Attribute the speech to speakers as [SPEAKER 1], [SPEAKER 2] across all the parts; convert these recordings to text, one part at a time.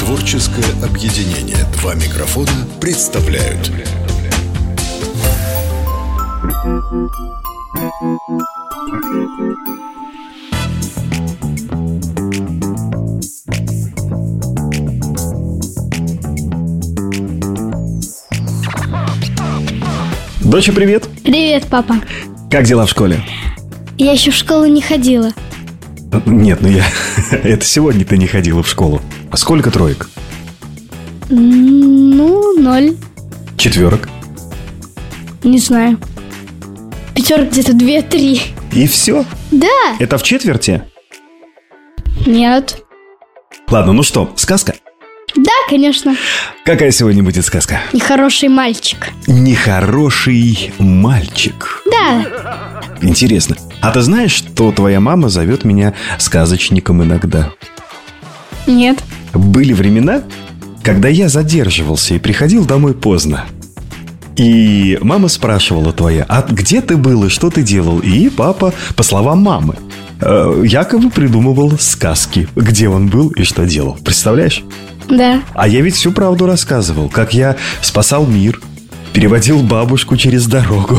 [SPEAKER 1] Тематическое объединение «Два микрофона» представляют.
[SPEAKER 2] Доча, привет!
[SPEAKER 3] Привет, папа.
[SPEAKER 2] Как дела в школе?
[SPEAKER 3] Я еще в школу не ходила.
[SPEAKER 2] Нет, ну я... Это сегодня ты не ходила в школу. А сколько троек?
[SPEAKER 3] М, Ну, ноль.
[SPEAKER 2] Четверок.
[SPEAKER 3] Не знаю. Пятерок где-то две-три.
[SPEAKER 2] И все?
[SPEAKER 3] Да?
[SPEAKER 2] Это в четверти?
[SPEAKER 3] Нет.
[SPEAKER 2] Ладно, ну что, сказка?
[SPEAKER 3] Да, конечно.
[SPEAKER 2] Какая сегодня будет сказка?
[SPEAKER 3] Нехороший мальчик.
[SPEAKER 2] Нехороший мальчик.
[SPEAKER 3] Да.
[SPEAKER 2] Интересно. А ты знаешь, что твоя мама зовет меня сказочником иногда?
[SPEAKER 3] Нет.
[SPEAKER 2] Были времена, когда я задерживался и приходил домой поздно. И мама спрашивала твоя, а где ты был и что ты делал? И папа, по словам мамы, э, якобы придумывал сказки, где он был и что делал. Представляешь?
[SPEAKER 3] Да.
[SPEAKER 2] А я ведь всю правду рассказывал, как я спасал мир, переводил бабушку через дорогу.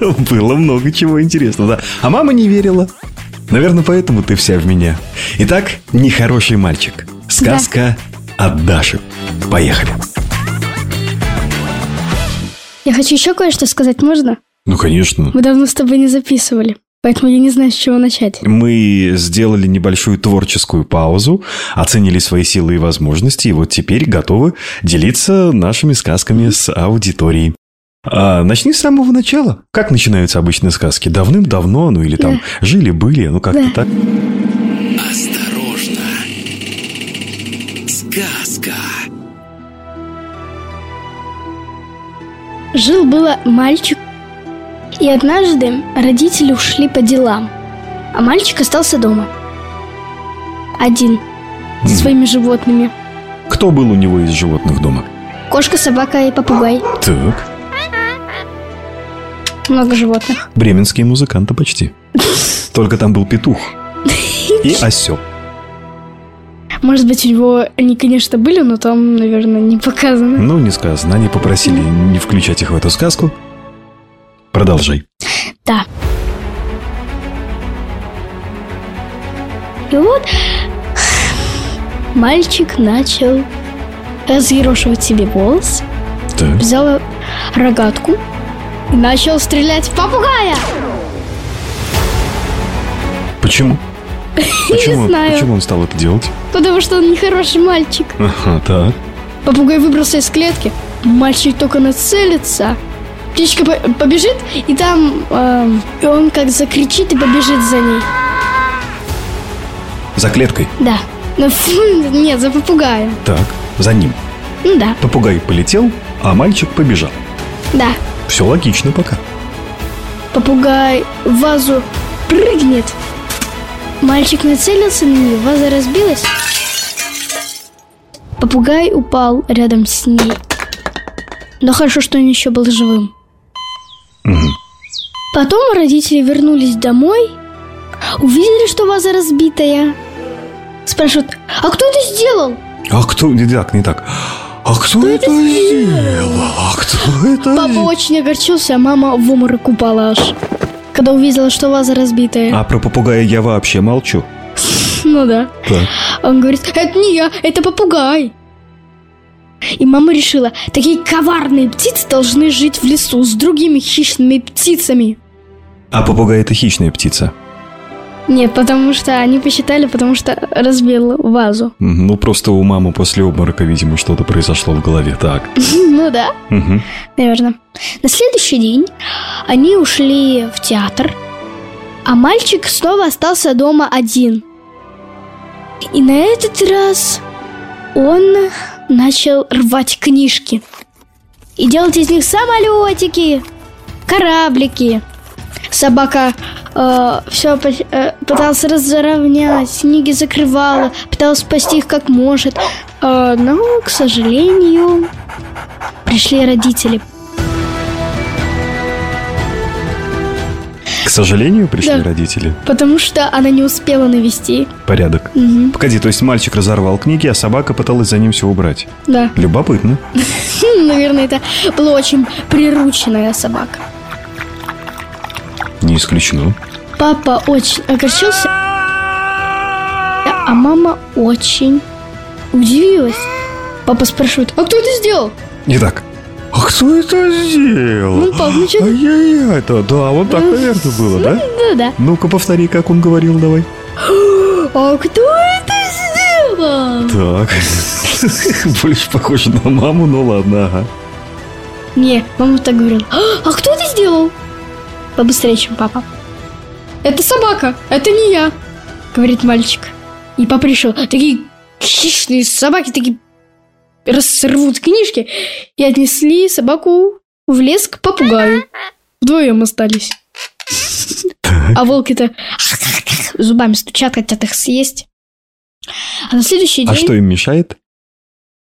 [SPEAKER 2] Было много чего интересного, да. А мама не верила. Наверное, поэтому ты вся в меня. Итак, нехороший мальчик. Сказка от Даши. Поехали.
[SPEAKER 3] Я хочу еще кое-что сказать, можно?
[SPEAKER 2] Ну, конечно.
[SPEAKER 3] Мы давно с тобой не записывали, поэтому я не знаю, с чего начать.
[SPEAKER 2] Мы сделали небольшую творческую паузу, оценили свои силы и возможности, и вот теперь готовы делиться нашими сказками с аудиторией. А, начни с самого начала. Как начинаются обычные сказки? Давным-давно, ну или там жили-были, ну как-то
[SPEAKER 3] Да.
[SPEAKER 2] так.
[SPEAKER 4] Осторожно. Сказка.
[SPEAKER 3] Жил-было мальчик, и однажды родители ушли по делам, а мальчик остался дома. Один, со своими животными.
[SPEAKER 2] Кто был у него из животных дома?
[SPEAKER 3] Кошка, собака и попугай.
[SPEAKER 2] Так,
[SPEAKER 3] Много животных.
[SPEAKER 2] бременские музыканты почти. Только там был петух и осел.
[SPEAKER 3] Может быть, у него они, конечно, были, но там, наверное, не показано.
[SPEAKER 2] Ну, не сказано, они попросили не включать их в эту сказку. Продолжай.
[SPEAKER 3] Да. И вот мальчик начал разъерошивать себе волосы,
[SPEAKER 2] Так.
[SPEAKER 3] взял рогатку и начал стрелять в попугая.
[SPEAKER 2] Почему? Почему,
[SPEAKER 3] знаю.
[SPEAKER 2] почему он стал это делать?
[SPEAKER 3] Потому что он нехороший мальчик.
[SPEAKER 2] Ага, так.
[SPEAKER 3] Попугай выбрался из клетки. Мальчик только нацелится. Птичка по- побежит, и там эм, и он как закричит и побежит за ней.
[SPEAKER 2] За клеткой.
[SPEAKER 3] Да. Ну, фу, нет, за попугаем.
[SPEAKER 2] Так, за ним.
[SPEAKER 3] Ну да,
[SPEAKER 2] Попугай полетел, а мальчик побежал.
[SPEAKER 3] да.
[SPEAKER 2] Все логично пока.
[SPEAKER 3] Попугай в вазу прыгнет. Мальчик нацелился на нее, ваза разбилась. Попугай упал рядом с ней. Но хорошо, что он еще был живым. Потом родители вернулись домой, увидели, что ваза разбитая. Спрашивают, а кто это сделал?
[SPEAKER 2] А кто... Не так, не так. А кто, это сделал? А кто это
[SPEAKER 3] Папа
[SPEAKER 2] сделал?
[SPEAKER 3] очень огорчился, а мама в уморок упала аж. Когда увидела, что ваза разбитая.
[SPEAKER 2] А про попугая я вообще молчу.
[SPEAKER 3] Ну да.
[SPEAKER 2] Так.
[SPEAKER 3] Он говорит, это не я, это попугай. И мама решила, такие коварные птицы должны жить в лесу с другими хищными птицами.
[SPEAKER 2] А попугай это хищная птица.
[SPEAKER 3] Нет, потому что они посчитали, потому что разбил вазу.
[SPEAKER 2] Мгм, Ну, просто у мамы после обморока, видимо, что-то произошло в голове. Так.
[SPEAKER 3] Ну да,
[SPEAKER 2] Мгм.
[SPEAKER 3] наверное. На следующий день они ушли в театр, а мальчик снова остался дома один. И на этот раз он начал рвать книжки и делать из них самолетики, кораблики. Собака э, все пыталась разровнять, книги закрывала, пыталась спасти их как может. Э, но, к сожалению, пришли родители.
[SPEAKER 2] К сожалению, пришли
[SPEAKER 3] Да.
[SPEAKER 2] родители.
[SPEAKER 3] Потому что она не успела навести.
[SPEAKER 2] Порядок.
[SPEAKER 3] Мгм.
[SPEAKER 2] Погоди, то есть мальчик разорвал книги, а собака пыталась за ним все убрать.
[SPEAKER 3] Да.
[SPEAKER 2] Любопытно.
[SPEAKER 3] Хм, Наверное, это была очень прирученная собака.
[SPEAKER 2] Не исключено.
[SPEAKER 3] Папа очень огорчился, а мама очень удивилась. Папа спрашивает, а кто это сделал?
[SPEAKER 2] Не так. А кто это сделал?
[SPEAKER 3] Ну, пап, ну чё ты-
[SPEAKER 2] Ай-яй-яй, это, да, вот так, наверное, было, да?
[SPEAKER 3] Да-да.
[SPEAKER 2] Ну-ка, повтори, как он говорил, давай.
[SPEAKER 3] А кто это сделал?
[SPEAKER 2] Так. Больше похоже на маму, ну ладно, ага.
[SPEAKER 3] Не, мама так говорила. А кто это сделал? Побыстрее, чем папа. Это собака, это не я, говорит мальчик. И папа решил, такие хищные собаки, такие рассорвут книжки. И отнесли собаку в лес к попугаю. Вдвоем остались. А волки-то зубами стучат, хотят их съесть. А на следующий день...
[SPEAKER 2] А что им мешает?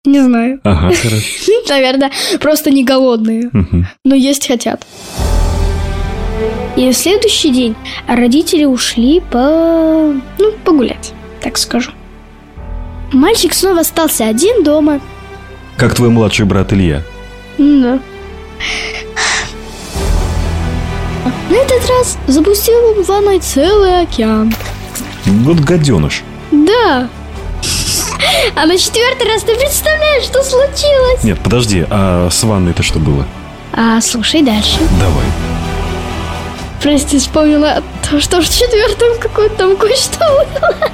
[SPEAKER 3] Не знаю.
[SPEAKER 2] Ага, хорошо.
[SPEAKER 3] Наверное, просто не голодные
[SPEAKER 2] Мгм.
[SPEAKER 3] но есть хотят. И на следующий день родители ушли по... ну, погулять, так скажу. Мальчик снова остался один дома.
[SPEAKER 2] Как твой младший брат Илья?
[SPEAKER 3] Да. На этот раз запустил он ванной целый океан.
[SPEAKER 2] Вот гаденыш.
[SPEAKER 3] Да. А на четвертый раз ты представляешь, что случилось?
[SPEAKER 2] Нет, подожди, а с ванной-то что было?
[SPEAKER 3] А слушай дальше.
[SPEAKER 2] Давай.
[SPEAKER 3] Прости, вспомнила то, что в четвертом какой-то там кое-что было.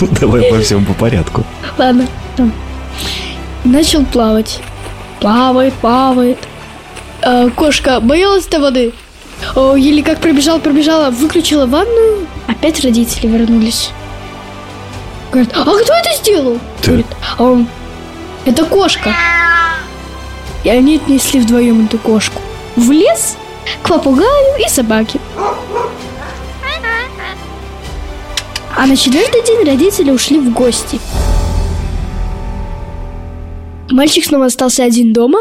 [SPEAKER 2] Ну, давай по всем по порядку.
[SPEAKER 3] Ладно. там. Начал плавать. Плавает, плавает. Э, кошка боялась-то воды. О, еле как пробежал, пробежала, выключила ванную. Опять родители вернулись. Говорит, а кто это сделал?
[SPEAKER 2] Ты.
[SPEAKER 3] Говорит, а он, это кошка. И они отнесли вдвоем эту кошку в лес к попугаю и собаке. А на четвертый день родители ушли в гости. Мальчик снова остался один дома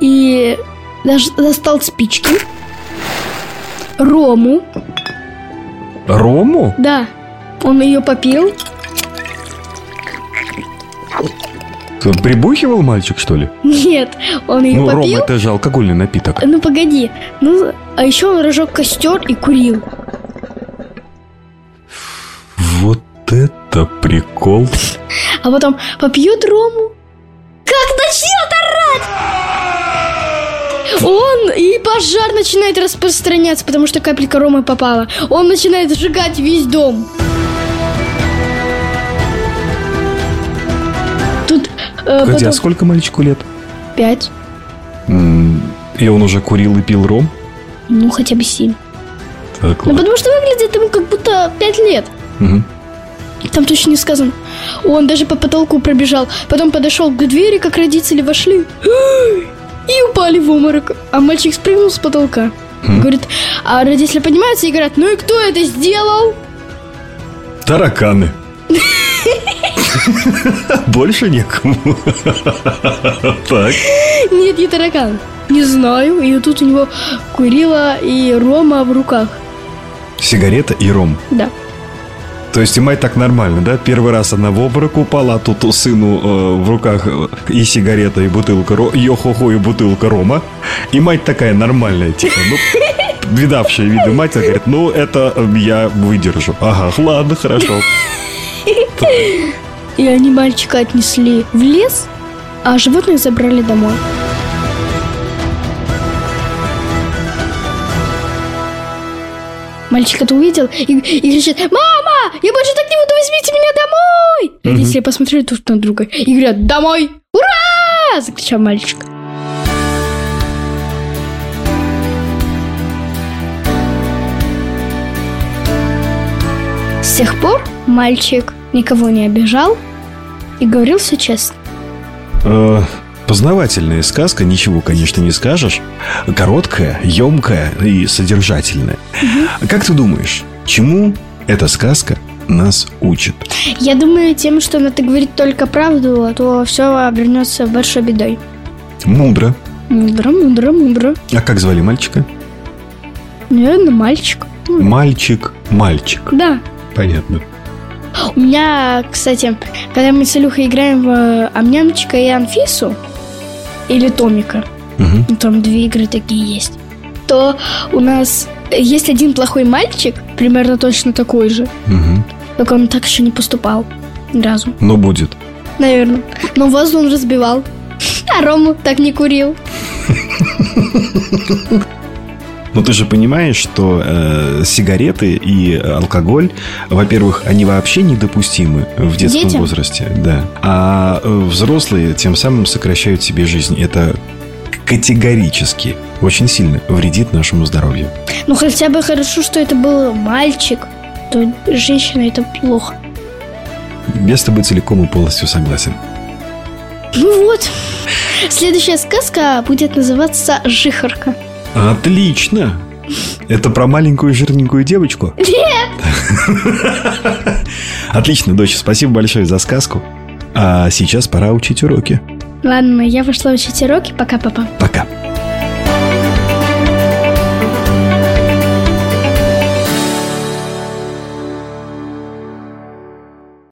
[SPEAKER 3] и даже достал спички, рому,
[SPEAKER 2] Рому?
[SPEAKER 3] да, он ее попил,
[SPEAKER 2] Прибухивал мальчик, что ли?
[SPEAKER 3] нет, он ее
[SPEAKER 2] ну,
[SPEAKER 3] попил,
[SPEAKER 2] Рома, это же алкогольный напиток.
[SPEAKER 3] ну погоди, ну, а еще он разжег костер и курил.
[SPEAKER 2] Вот это прикол.
[SPEAKER 3] А потом попьет рому. Как начнет орать! Он и пожар начинает распространяться, потому что капелька ромы попала. Он начинает сжигать весь дом. Тут э,
[SPEAKER 2] Погоди, а
[SPEAKER 3] потом
[SPEAKER 2] сколько мальчику лет?
[SPEAKER 3] пять,
[SPEAKER 2] М, И он уже курил и пил ром?
[SPEAKER 3] ну хотя бы семь.
[SPEAKER 2] Так,
[SPEAKER 3] Ну
[SPEAKER 2] ладно.
[SPEAKER 3] потому что выглядит ему как будто пять лет.
[SPEAKER 2] Мгм.
[SPEAKER 3] Там точно не сказано. Он даже по потолку пробежал, потом подошел к двери, как родители вошли, и упали в обморок. А мальчик спрыгнул с потолка.
[SPEAKER 2] Хм.
[SPEAKER 3] Говорит, а родители поднимаются и говорят, ну и кто это сделал?
[SPEAKER 2] Тараканы. Больше некому. Так.
[SPEAKER 3] Нет, не таракан. Не знаю, и тут у него курила и рома в руках.
[SPEAKER 2] Сигарета и ром.
[SPEAKER 3] Да.
[SPEAKER 2] То есть и мать так нормально, да? Первый раз она в обморок упала, а тут у сыну э, в руках э, и сигарета, и бутылка ро... Йо-хо-хо, и бутылка рома. И мать такая нормальная, типа, ну, видавшая виды мать, она говорит, ну, это э, я выдержу. Ага, ладно, хорошо.
[SPEAKER 3] И они мальчика отнесли в лес, а животных забрали домой. Мальчик это увидел и, и кричит, «Мама, я больше так не буду, возьмите меня домой!» Родители посмотрели друг на друга и говорят, «Домой! Ура!» – закричал мальчик. С тех пор мальчик никого не обижал и говорил все честно.
[SPEAKER 2] Э, Познавательная сказка, ничего, конечно, не скажешь. Короткая, емкая и содержательная. Как ты думаешь, чему эта сказка нас учит?
[SPEAKER 3] Я думаю, тем, что она так говорит только правду, а то все обернется большой бедой.
[SPEAKER 2] Мудро.
[SPEAKER 3] Мудро, мудро, мудро.
[SPEAKER 2] А как звали мальчика?
[SPEAKER 3] Наверное, мальчик. Ну,
[SPEAKER 2] Мальчик, мальчик.
[SPEAKER 3] Да.
[SPEAKER 2] Понятно.
[SPEAKER 3] У меня, кстати, когда мы с Илюхой играем в э, Амнямчика и Анфису, или Томика,
[SPEAKER 2] Мгм.
[SPEAKER 3] ну, там две игры такие есть, то у нас есть один плохой мальчик, примерно точно такой же,
[SPEAKER 2] Мгм.
[SPEAKER 3] только он так еще не поступал ни разу,
[SPEAKER 2] Но будет.
[SPEAKER 3] наверное. Но вазу он разбивал, а Рому так не курил.
[SPEAKER 2] Но ты же понимаешь, что э, сигареты и э, алкоголь, во-первых, они вообще недопустимы в детском
[SPEAKER 3] Детям?
[SPEAKER 2] возрасте, да. А э, взрослые тем самым сокращают себе жизнь. Это категорически очень сильно вредит нашему здоровью.
[SPEAKER 3] Ну, хотя бы хорошо, что это был мальчик, то женщина это плохо.
[SPEAKER 2] Я с тобой целиком и полностью согласен.
[SPEAKER 3] Ну вот. Следующая сказка будет называться «Жихарка».
[SPEAKER 2] Отлично! Это про маленькую жирненькую девочку? Нет! Отлично, дочь, спасибо большое за сказку. А сейчас пора учить уроки.
[SPEAKER 3] Ладно, я пошла учить уроки. Пока, папа.
[SPEAKER 2] Пока.